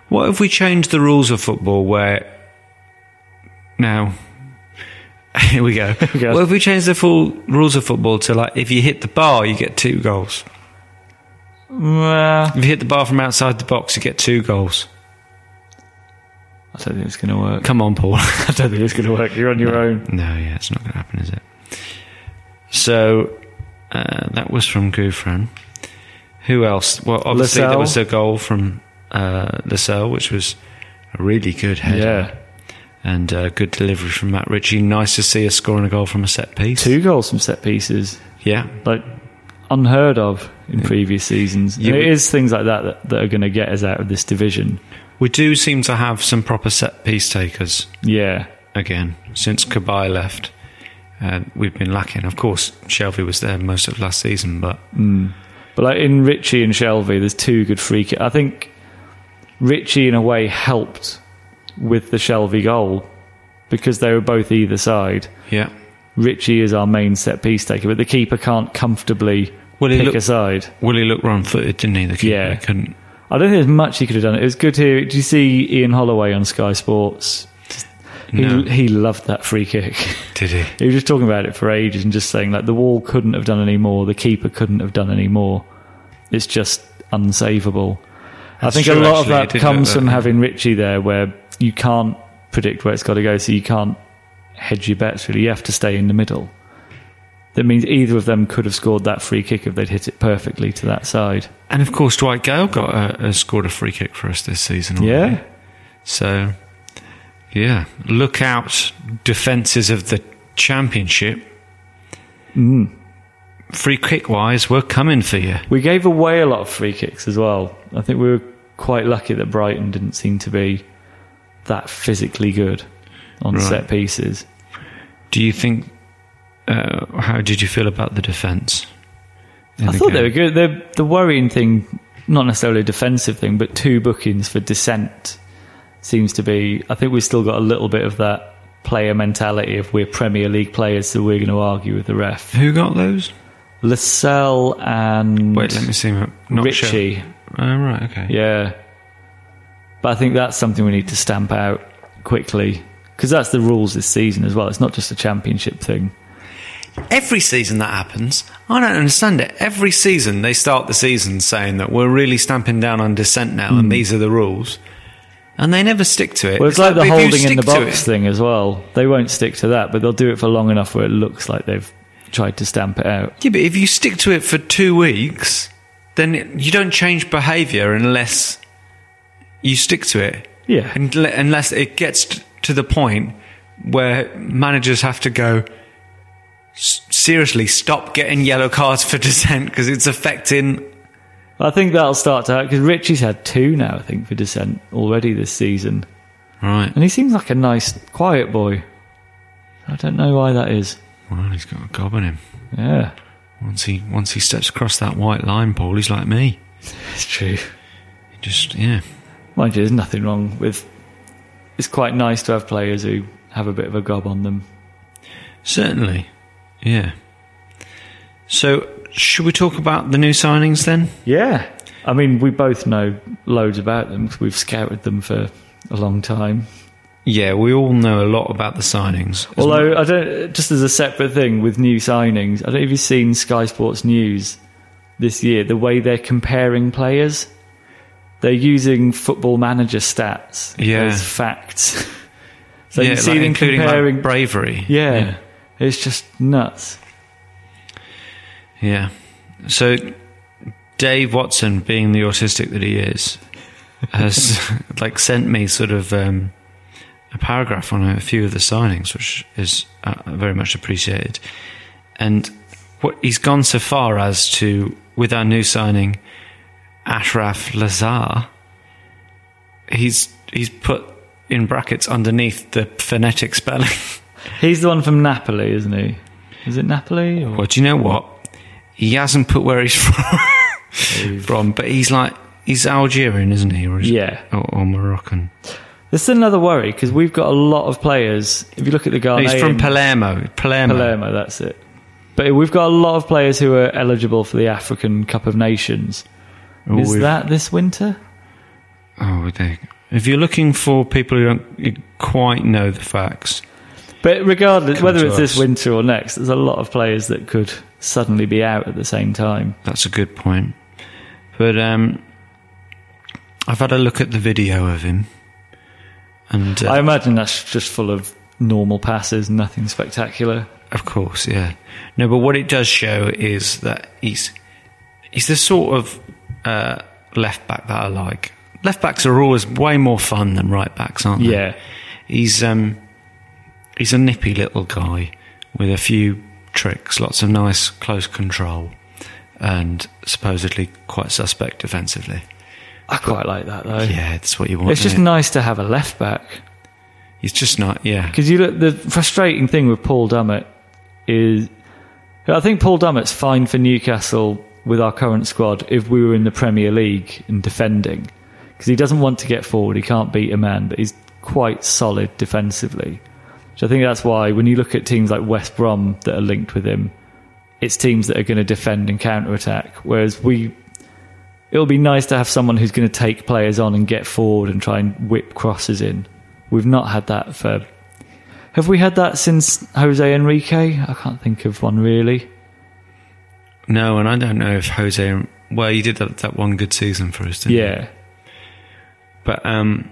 Speaker 1: What if we change the rules of football where now *laughs* here we
Speaker 2: *laughs*
Speaker 1: go.
Speaker 2: go.
Speaker 1: What if we change the full rules of football to like if you hit the bar you get two goals.
Speaker 2: Well,
Speaker 1: If you hit the bar from outside the box you get two goals.
Speaker 2: I don't think it's going to work.
Speaker 1: Come on, Paul. *laughs*
Speaker 2: I don't think it's going to work. You're on your own.
Speaker 1: No, yeah, it's not going to happen, is it? So uh, that was from Gouffran. Who else? Well, obviously there
Speaker 2: Lascelles.
Speaker 1: was a goal from uh, Lascelles, which was a really good header
Speaker 2: Yeah,
Speaker 1: and uh, good delivery from Matt Ritchie. Nice to see us scoring a goal from a set piece.
Speaker 2: two goals from set pieces.
Speaker 1: Yeah,
Speaker 2: like unheard of in previous seasons. And
Speaker 1: Yeah,
Speaker 2: it
Speaker 1: we-
Speaker 2: is things like that that, that are going to get us out of this division.
Speaker 1: we do seem to have some proper set piece takers
Speaker 2: Yeah,
Speaker 1: again since Kabai left. Uh, we've been lacking. Of course, Shelby was there most of last season, but
Speaker 2: but like in Richie and Shelby, there's two good free kick. I think Richie in a way helped with the Shelby goal because they were both either side.
Speaker 1: yeah.
Speaker 2: Richie is our main set piece taker, but the keeper can't comfortably
Speaker 1: Well, he
Speaker 2: pick
Speaker 1: looked-
Speaker 2: a side.
Speaker 1: Willie looked wrong footed, didn't he? The keeper
Speaker 2: Yeah.
Speaker 1: couldn't.
Speaker 2: I don't think there's much he could have done. It was good to. Did you see Ian Holloway on Sky Sports? He,
Speaker 1: No.
Speaker 2: he loved that free kick. *laughs*
Speaker 1: Did he?
Speaker 2: He was just talking about it for ages and just saying like the wall couldn't have done any more, the keeper couldn't have done any more. It's just unsavable.
Speaker 1: That's
Speaker 2: I think a
Speaker 1: true,
Speaker 2: lot
Speaker 1: actually. He
Speaker 2: of that
Speaker 1: did look
Speaker 2: comes
Speaker 1: that,
Speaker 2: from
Speaker 1: yeah.
Speaker 2: having Richie there, where you can't predict where it's got to go, so you can't hedge your bets. Really, you have to stay in the middle. That means either of them could have scored that free kick if they'd hit it perfectly to that side.
Speaker 1: And of course, Dwight Gale got a, a scored a free kick for us this season. already.
Speaker 2: Yeah.
Speaker 1: So, yeah, look out, defences of the championship.
Speaker 2: Mm.
Speaker 1: Free kick wise, we're coming for you.
Speaker 2: We gave away a lot of free kicks as well. I think we were quite lucky that Brighton didn't seem to be that physically good on
Speaker 1: Right.
Speaker 2: set pieces.
Speaker 1: Do you think? Uh, how did you feel about the defence? in
Speaker 2: I
Speaker 1: the
Speaker 2: thought they
Speaker 1: game?
Speaker 2: were good. The, the worrying thing, not necessarily a defensive thing, but two bookings for dissent seems to be. I think we've still got a little bit of that player mentality of we're Premier League players, so we're going to argue with the ref.
Speaker 1: Who got those?
Speaker 2: Lascelles and
Speaker 1: Wait, let me see. my- Not
Speaker 2: Richie.
Speaker 1: Sure. Oh, right, okay.
Speaker 2: Yeah. But I think that's something we need to stamp out quickly because that's the rules this season as well. It's not just a championship thing.
Speaker 1: Every season that happens. I don't understand it. Every season they start the season saying that we're really stamping down on dissent now and these are the rules. And they never stick to it.
Speaker 2: Hmm. Well, it's, like,
Speaker 1: if
Speaker 2: the
Speaker 1: you
Speaker 2: holding in the
Speaker 1: stick to
Speaker 2: box
Speaker 1: it-
Speaker 2: thing as well. They won't stick to that, but they'll do it for long enough where it looks like they've tried to stamp it out.
Speaker 1: Yeah, but if you stick to it for two weeks, then it- you don't change behaviour unless you stick to it.
Speaker 2: Yeah.
Speaker 1: And le- Unless it gets t- to the point where managers have to go, "S- seriously, stop getting yellow cards for *laughs* dissent because it's affecting
Speaker 2: I think that'll start to because Richie's had two now, I think, for dissent already this season,
Speaker 1: Right.
Speaker 2: and he seems like a nice, quiet boy. I don't know why that is.
Speaker 1: Well, he's got a gob in him.
Speaker 2: Yeah,
Speaker 1: Once he once he steps across that white line, Paul, he's like me.
Speaker 2: it's true.
Speaker 1: He just yeah.
Speaker 2: Mind you, there's nothing wrong with. It's quite nice to have players who have a bit of a gob on them.
Speaker 1: Certainly. Yeah. So should we talk about the new signings then?
Speaker 2: Yeah. I mean, we both know loads about them 'cause we've scouted them for a long time.
Speaker 1: Yeah, we all know a lot about the signings.
Speaker 2: Although I don't, just as a separate thing with new signings, I don't know if you've seen Sky Sports News this year. The way they're comparing players, they're using Football Manager stats
Speaker 1: Yeah.
Speaker 2: as facts. *laughs* so
Speaker 1: yeah,
Speaker 2: you see
Speaker 1: like,
Speaker 2: them
Speaker 1: including like,
Speaker 2: comparing.
Speaker 1: bravery.
Speaker 2: yeah, it's just nuts.
Speaker 1: Yeah. So Dave Watson, being the autistic that he is, has *laughs* like sent me sort of um, a paragraph on a few of the signings, which is uh, very much appreciated. And what he's gone so far as to, with our new signing, Ashraf Lazar, he's he's put in brackets underneath the phonetic spelling. *laughs*
Speaker 2: He's the one from Napoli, isn't he? Is it Napoli? Or?
Speaker 1: Well, do you know what? He hasn't put where he's *laughs* from, from but he's like, he's Algerian, isn't he? Or is
Speaker 2: Yeah.
Speaker 1: Or, or Moroccan.
Speaker 2: This is another worry because we've got a lot of players. If you look at the
Speaker 1: No,
Speaker 2: Ghanaian,
Speaker 1: he's from Palermo. Palermo.
Speaker 2: Palermo, that's it. But we've got a lot of players who are eligible for the African Cup of Nations.
Speaker 1: Or
Speaker 2: Is
Speaker 1: we've-
Speaker 2: that this winter?
Speaker 1: Oh, they, if you're looking for people who don't you quite know the facts,
Speaker 2: But regardless,
Speaker 1: Come
Speaker 2: whether
Speaker 1: to
Speaker 2: it's this
Speaker 1: us.
Speaker 2: winter or next, there's a lot of players that could suddenly be out at the same time.
Speaker 1: that's a good point. But um, I've had a look at the video of him. And uh,
Speaker 2: I imagine that's just full of normal passes, nothing spectacular.
Speaker 1: Of course, yeah. No, but what it does show is that he's he's the sort of uh, left back that I like. Left backs are always way more fun than right backs, aren't they?
Speaker 2: Yeah.
Speaker 1: He's um he's a nippy little guy with a few tricks, lots of nice close control, and supposedly quite suspect defensively.
Speaker 2: I quite like that though.
Speaker 1: Yeah, it's what you want.
Speaker 2: Oh. It's just
Speaker 1: isn't it?
Speaker 2: nice to have a left back.
Speaker 1: It's just not. Yeah.
Speaker 2: Because you look, the frustrating thing with Paul Dummett is, I think Paul Dummett's fine for Newcastle with our current squad if we were in the Premier League and defending, because he doesn't want to get forward. He can't beat a man, but he's quite solid defensively. So I think that's why when you look at teams like West Brom that are linked with him, it's teams that are going to defend and counter attack. Whereas we, it'll be nice to have someone who's going to take players on and get forward and try and whip crosses in. We've not had that for. Have we had that since Jose Enrique? I can't think of one really.
Speaker 1: No, and I don't know if Jose. Well, you did that, that one good season for us, didn't you?
Speaker 2: Yeah.
Speaker 1: But um,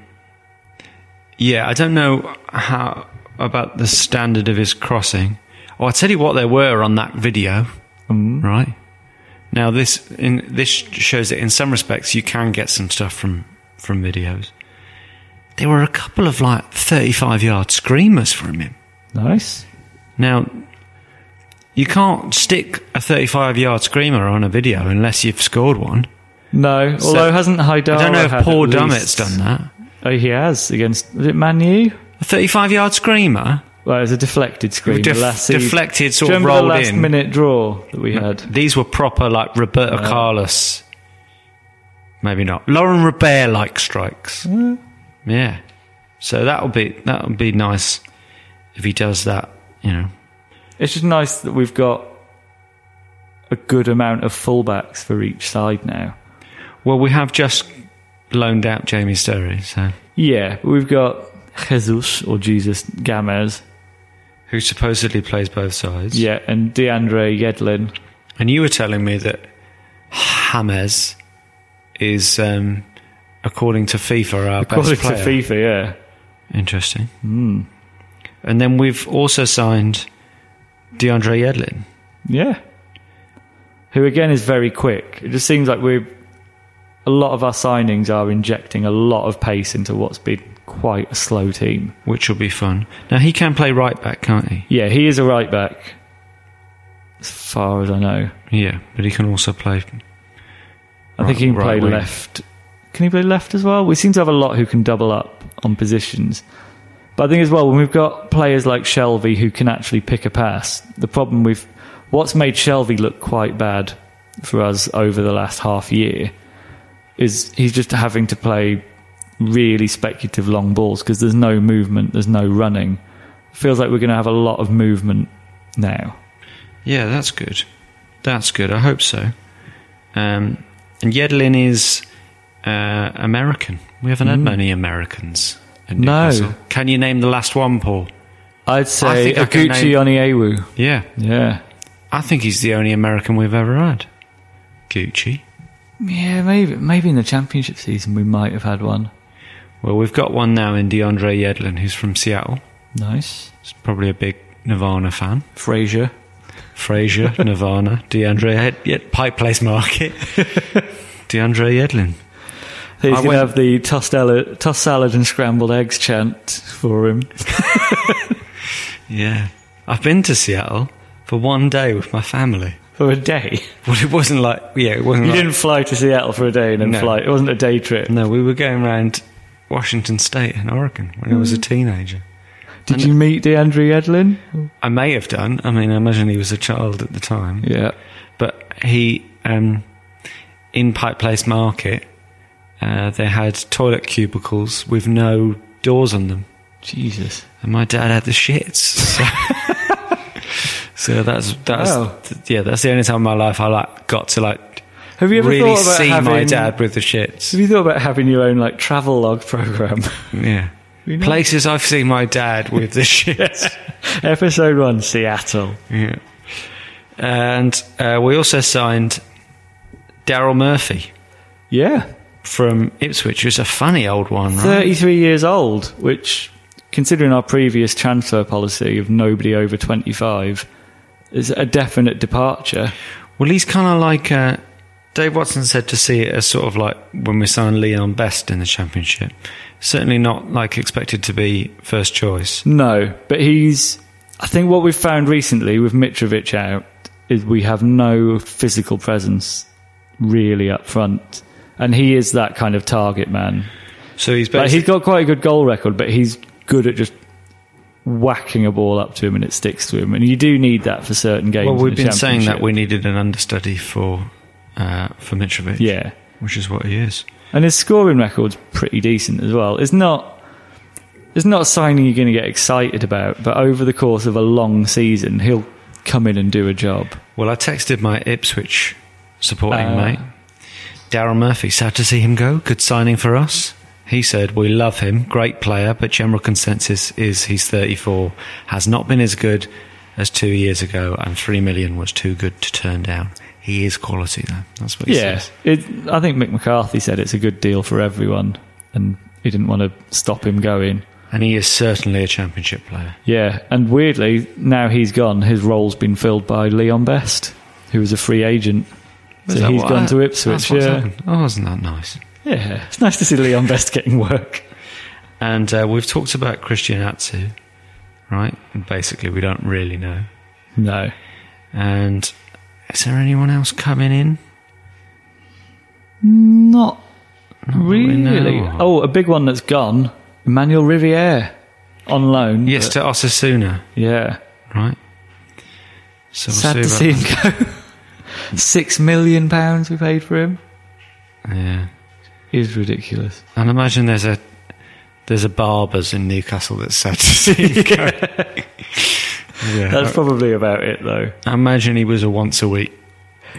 Speaker 1: yeah, I don't know how about the standard of his crossing. Oh, I tell you what, there were on that video,
Speaker 2: Mm-hmm.
Speaker 1: right? Now this in this shows that in some respects you can get some stuff from from videos. There were a couple of like thirty-five yard screamers from him.
Speaker 2: Nice.
Speaker 1: Now, you can't stick a 35 yard screamer on a video unless you've scored one.
Speaker 2: No, although
Speaker 1: So-
Speaker 2: hasn't Haidar?
Speaker 1: I don't know
Speaker 2: had
Speaker 1: if Paul
Speaker 2: at
Speaker 1: Dummett's
Speaker 2: least-
Speaker 1: done that.
Speaker 2: Oh, he has against was it Manu?
Speaker 1: A 35 yard screamer?
Speaker 2: Well, it was a deflected screen.
Speaker 1: Def-
Speaker 2: the last seed-
Speaker 1: deflected,
Speaker 2: Do
Speaker 1: sort
Speaker 2: you
Speaker 1: of
Speaker 2: remember
Speaker 1: rolled
Speaker 2: the last
Speaker 1: in.
Speaker 2: minute draw that we had.
Speaker 1: These were proper, like Roberto Carlos. Maybe not. Lauren Robert like strikes.
Speaker 2: Hmm.
Speaker 1: Yeah. So that'll be that'll be nice if he does that, you know.
Speaker 2: It's just nice that we've got a good amount of fullbacks for each side now.
Speaker 1: Well, we have just loaned out Jamie Sturry, so
Speaker 2: Yeah, we've got Jesus or Jesus Gamez.
Speaker 1: who supposedly plays both sides.
Speaker 2: Yeah, and DeAndre Yedlin.
Speaker 1: And you were telling me that Hammers is, um, according to FIFA, our
Speaker 2: According
Speaker 1: best player.
Speaker 2: to FIFA, yeah.
Speaker 1: Interesting. Hmm. And then we've also signed DeAndre Yedlin.
Speaker 2: Yeah. Who again is very quick. It just seems like we're a lot of our signings are injecting a lot of pace into what's been quite a slow team.
Speaker 1: Which will be fun. Now he can play right back, can't he?
Speaker 2: Yeah, he is a right back. As far as I know.
Speaker 1: Yeah, but he can also play.
Speaker 2: I think he can
Speaker 1: Right-
Speaker 2: play
Speaker 1: right wing.
Speaker 2: left. Can he play left as well? We seem to have a lot who can double up on positions. But I think as well, when we've got players like Shelby who can actually pick a pass, the problem we've what's made Shelby look quite bad for us over the last half year is he's just having to play really speculative long balls because there's no movement, there's no running. Feels like we're going to have a lot of movement now.
Speaker 1: Yeah, that's good. That's good. I hope so. Um, and Yedlin is uh, American. Hmm. We haven't had many Americans. At
Speaker 2: No.
Speaker 1: Newcastle. Can you name the last one, Paul?
Speaker 2: I'd say
Speaker 1: think I can
Speaker 2: Aguchi Oniewu.
Speaker 1: Yeah.
Speaker 2: Yeah.
Speaker 1: I think he's the only American we've ever had. Gucci.
Speaker 2: Yeah, maybe maybe in the championship season we might have had one.
Speaker 1: Well, we've got one now in DeAndre Yedlin, who's from Seattle.
Speaker 2: Nice.
Speaker 1: He's probably a big Nirvana fan.
Speaker 2: Frazier.
Speaker 1: Frazier,
Speaker 2: *laughs*
Speaker 1: Nirvana, DeAndre Yed- Yed- Pike Place Market. DeAndre Yedlin.
Speaker 2: He's
Speaker 1: I
Speaker 2: going to
Speaker 1: went-
Speaker 2: have the tossed, ele- tossed salad and scrambled eggs chant for him.
Speaker 1: Yeah. I've been to Seattle for one day with my family.
Speaker 2: For a day. *laughs*
Speaker 1: Well, it wasn't like, yeah, it wasn't
Speaker 2: You
Speaker 1: like-
Speaker 2: didn't fly to Seattle for a day and then
Speaker 1: No.
Speaker 2: fly. It wasn't a day trip.
Speaker 1: No, we were going around Washington State and Oregon when I was
Speaker 2: Mm.
Speaker 1: a teenager.
Speaker 2: Did you meet DeAndre Edlin?
Speaker 1: I may have done. I mean, I imagine he was a child at the time.
Speaker 2: Yeah.
Speaker 1: but he um, in Pike Place Market uh, they had toilet cubicles with no doors on them,
Speaker 2: Jesus.
Speaker 1: and my dad had the shits. So,
Speaker 2: *laughs*
Speaker 1: so that's that's
Speaker 2: Wow.
Speaker 1: th- yeah, that's the only time in my life I like got to like
Speaker 2: Have you ever
Speaker 1: really
Speaker 2: thought about
Speaker 1: see
Speaker 2: having,
Speaker 1: my dad with the shits.
Speaker 2: Have you thought about having your own like travel log *laughs* program?
Speaker 1: Yeah.
Speaker 2: know.
Speaker 1: Places I've seen my dad with the *laughs* shits.
Speaker 2: Episode one, Seattle.
Speaker 1: yeah. And uh, we also signed Daryl Murphy
Speaker 2: Yeah.
Speaker 1: from Ipswich, who's a funny old one, right?
Speaker 2: 33 years old, which, considering our previous transfer policy of nobody over 25, is a definite departure.
Speaker 1: Well, he's kind of like uh, Dave Watson said to see it as sort of like when we signed Leon Best in the Championship. Certainly not like expected to be first choice.
Speaker 2: No, but he's. I think what we've found recently with Mitrovic out is we have no physical presence really up front. And he is that kind of target man.
Speaker 1: So he's
Speaker 2: Like,
Speaker 1: basically
Speaker 2: he's got quite a good goal record, but he's good at just whacking a ball up to him and it sticks to him. And you do need that for certain games.
Speaker 1: well,
Speaker 2: in
Speaker 1: we've
Speaker 2: the
Speaker 1: been saying that
Speaker 2: Championship.
Speaker 1: we needed an understudy for uh, for Mitrovic,
Speaker 2: Yeah.
Speaker 1: which is what he is.
Speaker 2: and his scoring record's pretty decent as well. It's not it's not a signing you're going to get excited about, but over the course of a long season, he'll come in and do a job.
Speaker 1: Well, I texted my Ipswich supporting
Speaker 2: Ah.
Speaker 1: mate Darren Murphy, sad to see him go. Good signing for us. He said, We love him, great player, but general consensus is he's 34, has not been as good as two years ago, and 3 million was too good to turn down. He is quality, though. That's what he
Speaker 2: yeah,
Speaker 1: says.
Speaker 2: it, I think Mick McCarthy said it's a good deal for everyone, and he didn't want to stop him going.
Speaker 1: And he is certainly a championship player.
Speaker 2: Yeah, and weirdly, now he's gone, his role's been filled by Leon Best, who was a free agent.
Speaker 1: Is
Speaker 2: So
Speaker 1: that
Speaker 2: he's
Speaker 1: what
Speaker 2: gone
Speaker 1: I-
Speaker 2: to
Speaker 1: that's
Speaker 2: Ipswich.
Speaker 1: what's
Speaker 2: Yeah.
Speaker 1: happened? Oh, isn't that nice?
Speaker 2: yeah, it's nice to see Leon Best getting work.
Speaker 1: And uh, we've talked about Christian Atsu, right? And basically, we don't really know.
Speaker 2: No.
Speaker 1: And is there anyone else coming in?
Speaker 2: Not really.
Speaker 1: no.
Speaker 2: Oh, a big one that's gone Emmanuel Riviere on loan.
Speaker 1: Yes, to Osasuna,
Speaker 2: but- yeah.
Speaker 1: right? So we'll
Speaker 2: Sad to
Speaker 1: about
Speaker 2: see him go. *laughs* Six million pounds we paid for him
Speaker 1: that. Yeah,
Speaker 2: is ridiculous.
Speaker 1: and imagine there's a there's a barbers in Newcastle that's sad to see
Speaker 2: *laughs*
Speaker 1: him go. yeah,
Speaker 2: That's probably about it, though.
Speaker 1: I imagine he was a once a week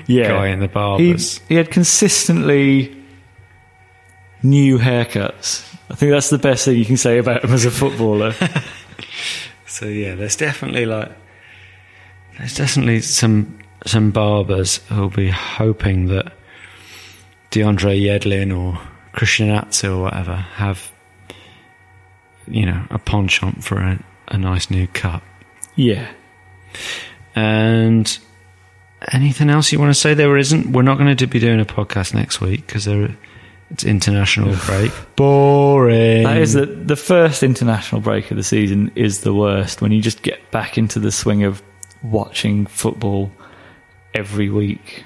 Speaker 2: Yeah,
Speaker 1: guy in the
Speaker 2: he,
Speaker 1: barbers.
Speaker 2: he had consistently new haircuts. I think that's the best thing you can say about him as
Speaker 1: *laughs*
Speaker 2: a footballer.
Speaker 1: So yeah, there's definitely like there's definitely some some barbers who'll be hoping that DeAndre Yedlin or Christian Atsu or whatever have you know a penchant for a, a nice new cut.
Speaker 2: yeah,
Speaker 1: And anything else you want to say? There isn't. We're not going to be doing a podcast next week because there it's international break. Boring.
Speaker 2: that is the the first international break of the season is the worst when you just get back into the swing of watching football every week.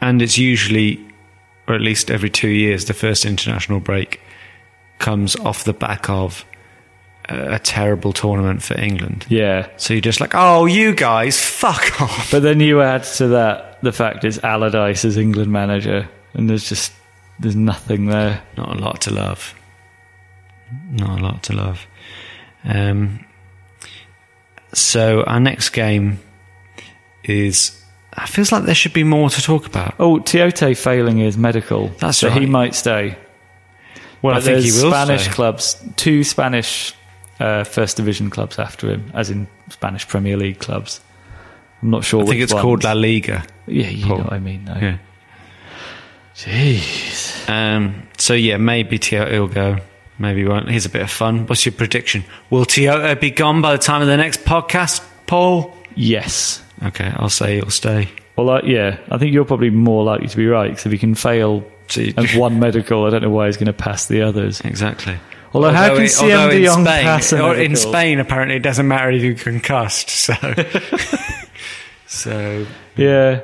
Speaker 1: and it's usually, or at least every two years, the first international break comes off the back of a, a terrible tournament for England.
Speaker 2: Yeah,
Speaker 1: So you're just like, oh, you guys, fuck off.
Speaker 2: but then you add to that the fact is Allardyce is England manager, and there's just there's nothing there.
Speaker 1: Not a lot to love. Not a lot to love. Um, so our next game is. It feels like there should be more to talk about.
Speaker 2: Oh, Tiote failing his medical.
Speaker 1: That's
Speaker 2: so he
Speaker 1: right.
Speaker 2: might stay.
Speaker 1: Well,
Speaker 2: But
Speaker 1: I think he
Speaker 2: there's
Speaker 1: will.
Speaker 2: Spanish
Speaker 1: stay.
Speaker 2: clubs, two Spanish uh, first division clubs after him, as in Spanish Premier League clubs. I'm not sure.
Speaker 1: I think
Speaker 2: which
Speaker 1: it's called La
Speaker 2: ones.
Speaker 1: Liga.
Speaker 2: Yeah, you
Speaker 1: Paul.
Speaker 2: know what I mean. Though.
Speaker 1: Yeah.
Speaker 2: Jeez.
Speaker 1: Um, so yeah, maybe Toyota will go. Maybe he won't. Here's a bit of fun. What's your prediction? Will Toyota be gone by the time of the next podcast, Paul?
Speaker 2: Yes.
Speaker 1: Okay, I'll say he'll stay.
Speaker 2: Well, uh, yeah. I think you're probably more likely to be right because if he can fail
Speaker 1: So you-
Speaker 2: at one medical, I don't know why he's going to pass
Speaker 1: *laughs*
Speaker 2: the others.
Speaker 1: Exactly.
Speaker 2: Although, how can
Speaker 1: it-
Speaker 2: CM
Speaker 1: although in
Speaker 2: de Jong
Speaker 1: Spain,
Speaker 2: pass a
Speaker 1: or in
Speaker 2: medical?
Speaker 1: Spain, apparently it doesn't matter if you concussed.
Speaker 2: *laughs*
Speaker 1: So, so
Speaker 2: Yeah.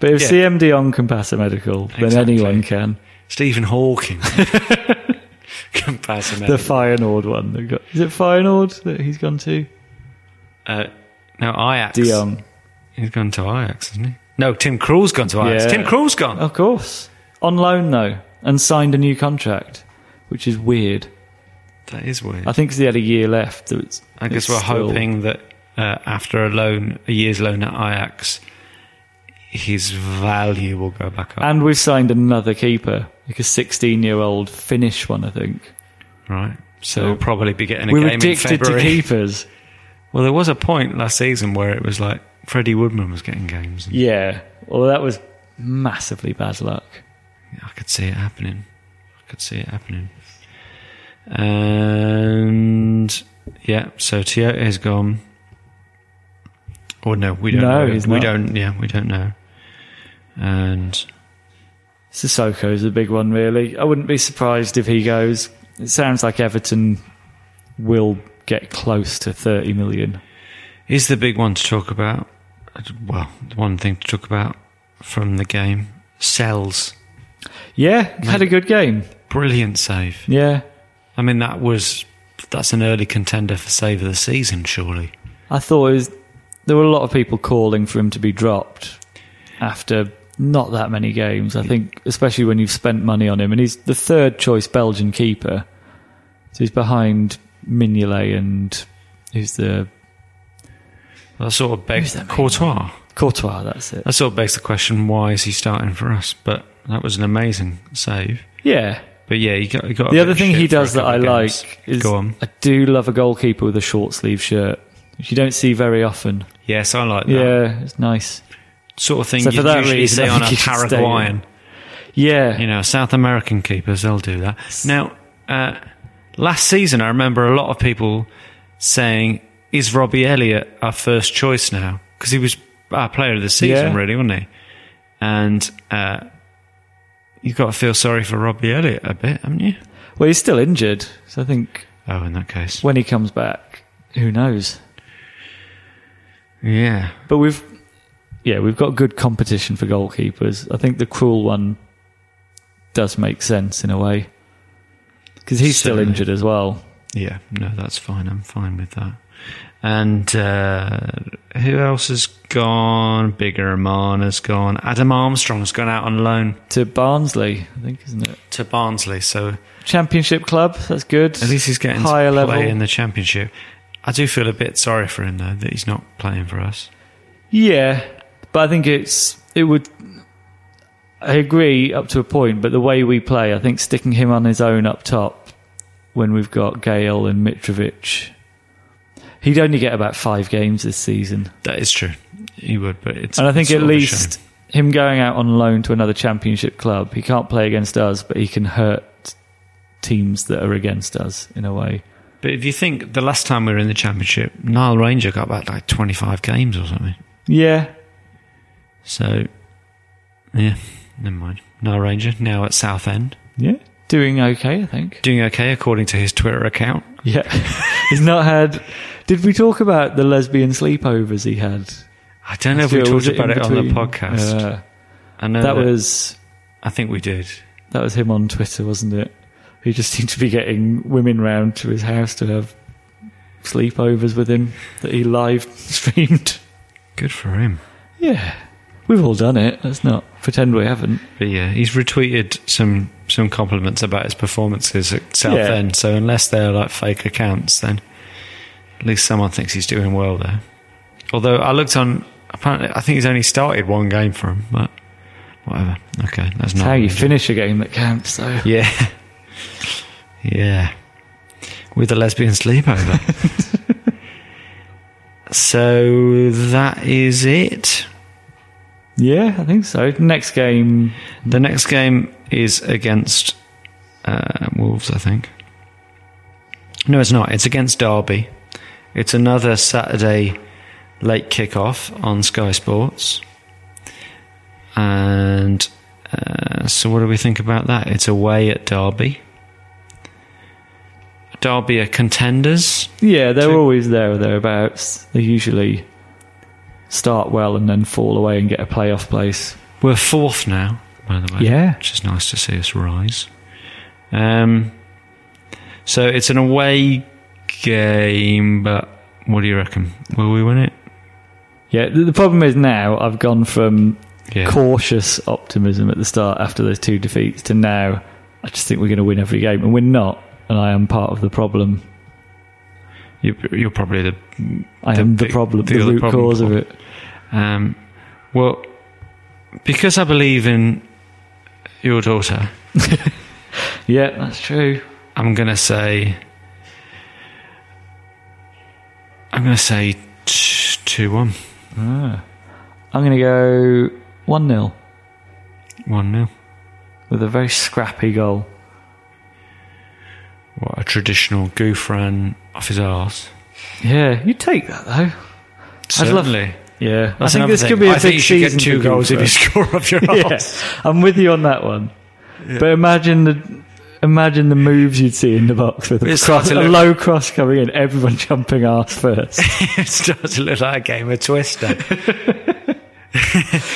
Speaker 2: But if
Speaker 1: Yeah.
Speaker 2: CM De Jong can pass a medical, then
Speaker 1: Exactly.
Speaker 2: anyone can.
Speaker 1: Stephen
Speaker 2: *laughs*
Speaker 1: Hawking can pass a
Speaker 2: The
Speaker 1: medical.
Speaker 2: Feyenoord one. That got, is it Feyenoord that he's gone to?
Speaker 1: uh, no, Ajax.
Speaker 2: De Jong.
Speaker 1: He's gone to Ajax, isn't he? No, Tim Krul's gone to Ajax.
Speaker 2: Yeah. Oh.
Speaker 1: Tim Krul's gone.
Speaker 2: Of course. On loan, though, and signed a new contract, which is weird.
Speaker 1: That is weird.
Speaker 2: I think 'cause he had a year left. so It's,
Speaker 1: I guess
Speaker 2: it's
Speaker 1: we're
Speaker 2: still-
Speaker 1: hoping that uh, after a loan, a year's loan at Ajax, his value will go back up.
Speaker 2: And we've signed another keeper, like a 16 year old Finnish one, I think.
Speaker 1: right. So
Speaker 2: So-
Speaker 1: we'll probably be getting a
Speaker 2: Uh, We're
Speaker 1: game in
Speaker 2: addicted to
Speaker 1: February.
Speaker 2: keepers.
Speaker 1: Well, there was a point last season where it was like Freddie Woodman was getting games. And
Speaker 2: Yeah. Well, that was massively bad luck.
Speaker 1: I could see it happening. I could see it happening. And yeah, so Toyota is gone. Or no, we don't
Speaker 2: No,
Speaker 1: know.
Speaker 2: he's
Speaker 1: we
Speaker 2: not.
Speaker 1: don't. Yeah, we don't know. And
Speaker 2: Sissoko's a big one, really. I wouldn't be surprised if he goes. It sounds like Everton will get close to 30 million.
Speaker 1: is the big one to talk about. Well, the one thing to talk about from the game: cells.
Speaker 2: Yeah, had a good game.
Speaker 1: Brilliant save.
Speaker 2: Yeah.
Speaker 1: I mean, that was that's an early contender for save of the season, surely.
Speaker 2: I thought it was, there were a lot of people calling for him to be dropped after not that many games. I think, especially when you've spent money on him, and he's the third choice Belgian keeper, so he's behind Mignolet and who's the
Speaker 1: That sort of begs
Speaker 2: Who's that main
Speaker 1: Courtois.
Speaker 2: Courtois. That's it.
Speaker 1: That sort of begs the question: Why is he starting for us? But That was an amazing save.
Speaker 2: Yeah.
Speaker 1: But yeah, he got, he got a
Speaker 2: The
Speaker 1: bit
Speaker 2: other
Speaker 1: of
Speaker 2: thing
Speaker 1: shit
Speaker 2: he
Speaker 1: for a
Speaker 2: does that I
Speaker 1: couple of
Speaker 2: like
Speaker 1: games.
Speaker 2: is
Speaker 1: go on.
Speaker 2: I do love a goalkeeper with a short sleeve shirt, which you don't see very often.
Speaker 1: Yes, I like that
Speaker 2: Yeah, it's nice.
Speaker 1: sort of thing.
Speaker 2: So
Speaker 1: you
Speaker 2: for that
Speaker 1: usually
Speaker 2: reason,
Speaker 1: see
Speaker 2: I
Speaker 1: on a
Speaker 2: think you should stay
Speaker 1: Paraguayan,
Speaker 2: Yeah.
Speaker 1: you know, South American keepers. They'll do that. Now, uh, last season, I remember a lot of people saying, "Is Robbie Elliott our first choice now?" Because he was our player of the season,
Speaker 2: Yeah.
Speaker 1: really, wasn't he? And uh, you've got to feel sorry for Robbie Elliott a bit, haven't you?
Speaker 2: Well, he's still injured, so I think
Speaker 1: Oh, in that case,
Speaker 2: when he comes back, who knows?
Speaker 1: yeah.
Speaker 2: But we've, yeah, we've got good competition for goalkeepers. I think the cruel one does make sense in a way because he's
Speaker 1: Certainly.
Speaker 2: still injured as well.
Speaker 1: Yeah, no, that's fine. I'm fine with that. And uh, who else has gone? Bigger Aman has gone. Adam Armstrong has gone out on loan
Speaker 2: To Barnsley, I think, isn't it?
Speaker 1: to Barnsley, so
Speaker 2: Championship club, that's good.
Speaker 1: at least he's getting to
Speaker 2: higher
Speaker 1: play
Speaker 2: level.
Speaker 1: in the championship. I do feel a bit sorry for him though that he's not playing for us.
Speaker 2: Yeah, but I think it's it would. I agree up to a point, but the way we play, I think sticking him on his own up top when we've got Gale and Mitrovic, he'd only get about five games this season,
Speaker 1: That is true. He would, but it's
Speaker 2: and I think
Speaker 1: sort
Speaker 2: at
Speaker 1: of a
Speaker 2: least
Speaker 1: shame.
Speaker 2: him going out on loan to another Championship club, he can't play against us, but he can hurt teams that are against us in a way.
Speaker 1: But if you think the last time we were in the championship, Niall Ranger got about like 25 games or something.
Speaker 2: Yeah,
Speaker 1: So, yeah, never mind. Niall Ranger now at Southend.
Speaker 2: yeah, doing okay, I think.
Speaker 1: doing okay according to his Twitter account.
Speaker 2: Yeah. *laughs* He's not had. Did we talk about the lesbian sleepovers he had?
Speaker 1: I don't know if we
Speaker 2: Was
Speaker 1: talked about
Speaker 2: in
Speaker 1: it on the
Speaker 2: between?
Speaker 1: podcast.
Speaker 2: Yeah.
Speaker 1: I know
Speaker 2: that was
Speaker 1: I think we did.
Speaker 2: that was him on Twitter, wasn't it? He just *laughs* seemed to be getting women round to his house to have sleepovers with him that he live *laughs* streamed.
Speaker 1: Good for him.
Speaker 2: Yeah. We've all done it. Let's not pretend we haven't.
Speaker 1: But yeah, he's retweeted some some compliments about his performances at Southend.
Speaker 2: Yeah.
Speaker 1: So unless they're like fake accounts, then at least someone thinks he's doing well there. Although I looked on, apparently I think he's only started one game for him, but whatever. Okay, that's
Speaker 2: It's
Speaker 1: not
Speaker 2: how you
Speaker 1: really-
Speaker 2: finish a game that counts, though.
Speaker 1: *laughs* Yeah. Yeah. With a lesbian
Speaker 2: *laughs*
Speaker 1: sleepover. so that is it.
Speaker 2: Yeah, I think so. Next game,
Speaker 1: The next game is against uh, Wolves, I think. No, it's not. It's against Derby. It's another Saturday late kickoff on Sky Sports. And uh, so, what do we think about that? It's away at Derby. Derby are contenders.
Speaker 2: Yeah, they're
Speaker 1: Two-
Speaker 2: always there or thereabouts. They usually start well and then fall away and get a playoff place.
Speaker 1: We're fourth now, by the way.
Speaker 2: Yeah.
Speaker 1: Which is nice to see us rise. Um, so it's an away game, but what do you reckon? Will we win it?
Speaker 2: Yeah, the, the problem is now I've gone from
Speaker 1: Yeah.
Speaker 2: cautious optimism at the start after those two defeats to now I just think we're going to win every game and we're not. And I am part of the problem.
Speaker 1: You, you're probably the.
Speaker 2: I
Speaker 1: The
Speaker 2: am the
Speaker 1: big-
Speaker 2: problem,
Speaker 1: the
Speaker 2: the,
Speaker 1: other
Speaker 2: root
Speaker 1: problem.
Speaker 2: cause of it.
Speaker 1: Um, well, because I believe in your daughter,
Speaker 2: Yeah, that's true.
Speaker 1: I'm going to say. I'm going to say 2 1.
Speaker 2: I'm going to go 1 0
Speaker 1: 1 0.
Speaker 2: with a very scrappy goal.
Speaker 1: What a traditional goof ran off his arse.
Speaker 2: Yeah, you take that though.
Speaker 1: Certainly.
Speaker 2: Yeah,
Speaker 1: That's
Speaker 2: I think
Speaker 1: another
Speaker 2: this
Speaker 1: thing.
Speaker 2: could be a
Speaker 1: I
Speaker 2: big
Speaker 1: think you should
Speaker 2: season
Speaker 1: get two
Speaker 2: for
Speaker 1: goals if
Speaker 2: Gunther.
Speaker 1: you score off
Speaker 2: *laughs*
Speaker 1: *laughs* your
Speaker 2: yeah,
Speaker 1: arse.
Speaker 2: I'm with you on that one. But imagine the imagine the moves you'd see in the box with a,
Speaker 1: It's
Speaker 2: cross, a
Speaker 1: starting to
Speaker 2: low cross coming in, everyone *laughs* jumping
Speaker 1: *laughs*
Speaker 2: arse first.
Speaker 1: it starts to look like a game of Twister.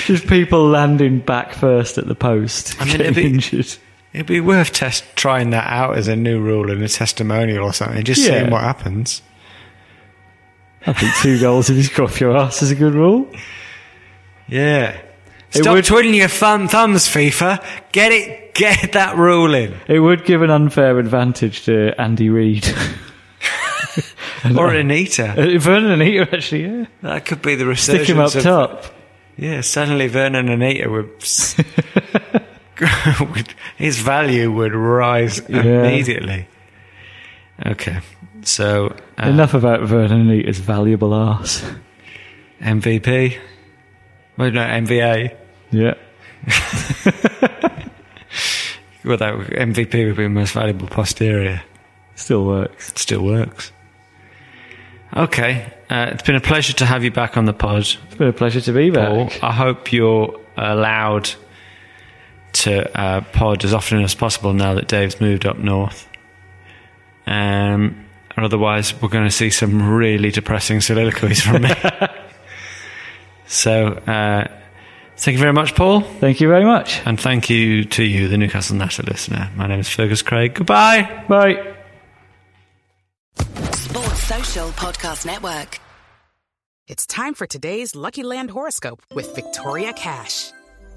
Speaker 2: Just people landing back first at the post,
Speaker 1: I mean,
Speaker 2: getting
Speaker 1: it'd be-
Speaker 2: injured.
Speaker 1: It'd be worth test trying that out as a new rule in a testimonial or something, just
Speaker 2: Yeah.
Speaker 1: seeing what happens.
Speaker 2: I think two goals if you score off your arse is a good rule.
Speaker 1: Yeah.
Speaker 2: It
Speaker 1: Stop
Speaker 2: would-
Speaker 1: twiddling your thumb thumbs, FIFA. Get it, get that rule in.
Speaker 2: It would give an unfair advantage to Andy Reid. *laughs*
Speaker 1: Or Anita.
Speaker 2: Uh, Vernon and Eater, actually, yeah.
Speaker 1: That could be the resurgence
Speaker 2: Stick him up
Speaker 1: of-
Speaker 2: top. *laughs*
Speaker 1: Yeah, suddenly Vernon and Anita were s- would- *laughs* his value would rise
Speaker 2: Yeah.
Speaker 1: immediately. Okay, so uh,
Speaker 2: Enough about Vernon and Nita's valuable ass. *laughs*
Speaker 1: MVP. Well, no, MVA.
Speaker 2: Yeah.
Speaker 1: Well, that would- MVP would be most valuable posterior.
Speaker 2: Still works.
Speaker 1: It still works. Okay, uh, it's been a pleasure to have you back on the pod,
Speaker 2: It's been a pleasure to be back.
Speaker 1: Paul. ah. I hope you're allowed to uh, pod as often as possible now that Dave's moved up north. Um, or otherwise, we're going to see some really depressing soliloquies from me. so, uh, thank you very much, Paul.
Speaker 2: Thank you very much.
Speaker 1: And thank you to you, the Newcastle Natter listener. My name is Fergus Craig. Goodbye.
Speaker 2: Bye.
Speaker 3: Sports Social Podcast Network.
Speaker 4: It's time for today's Lucky Land horoscope with Victoria Cash.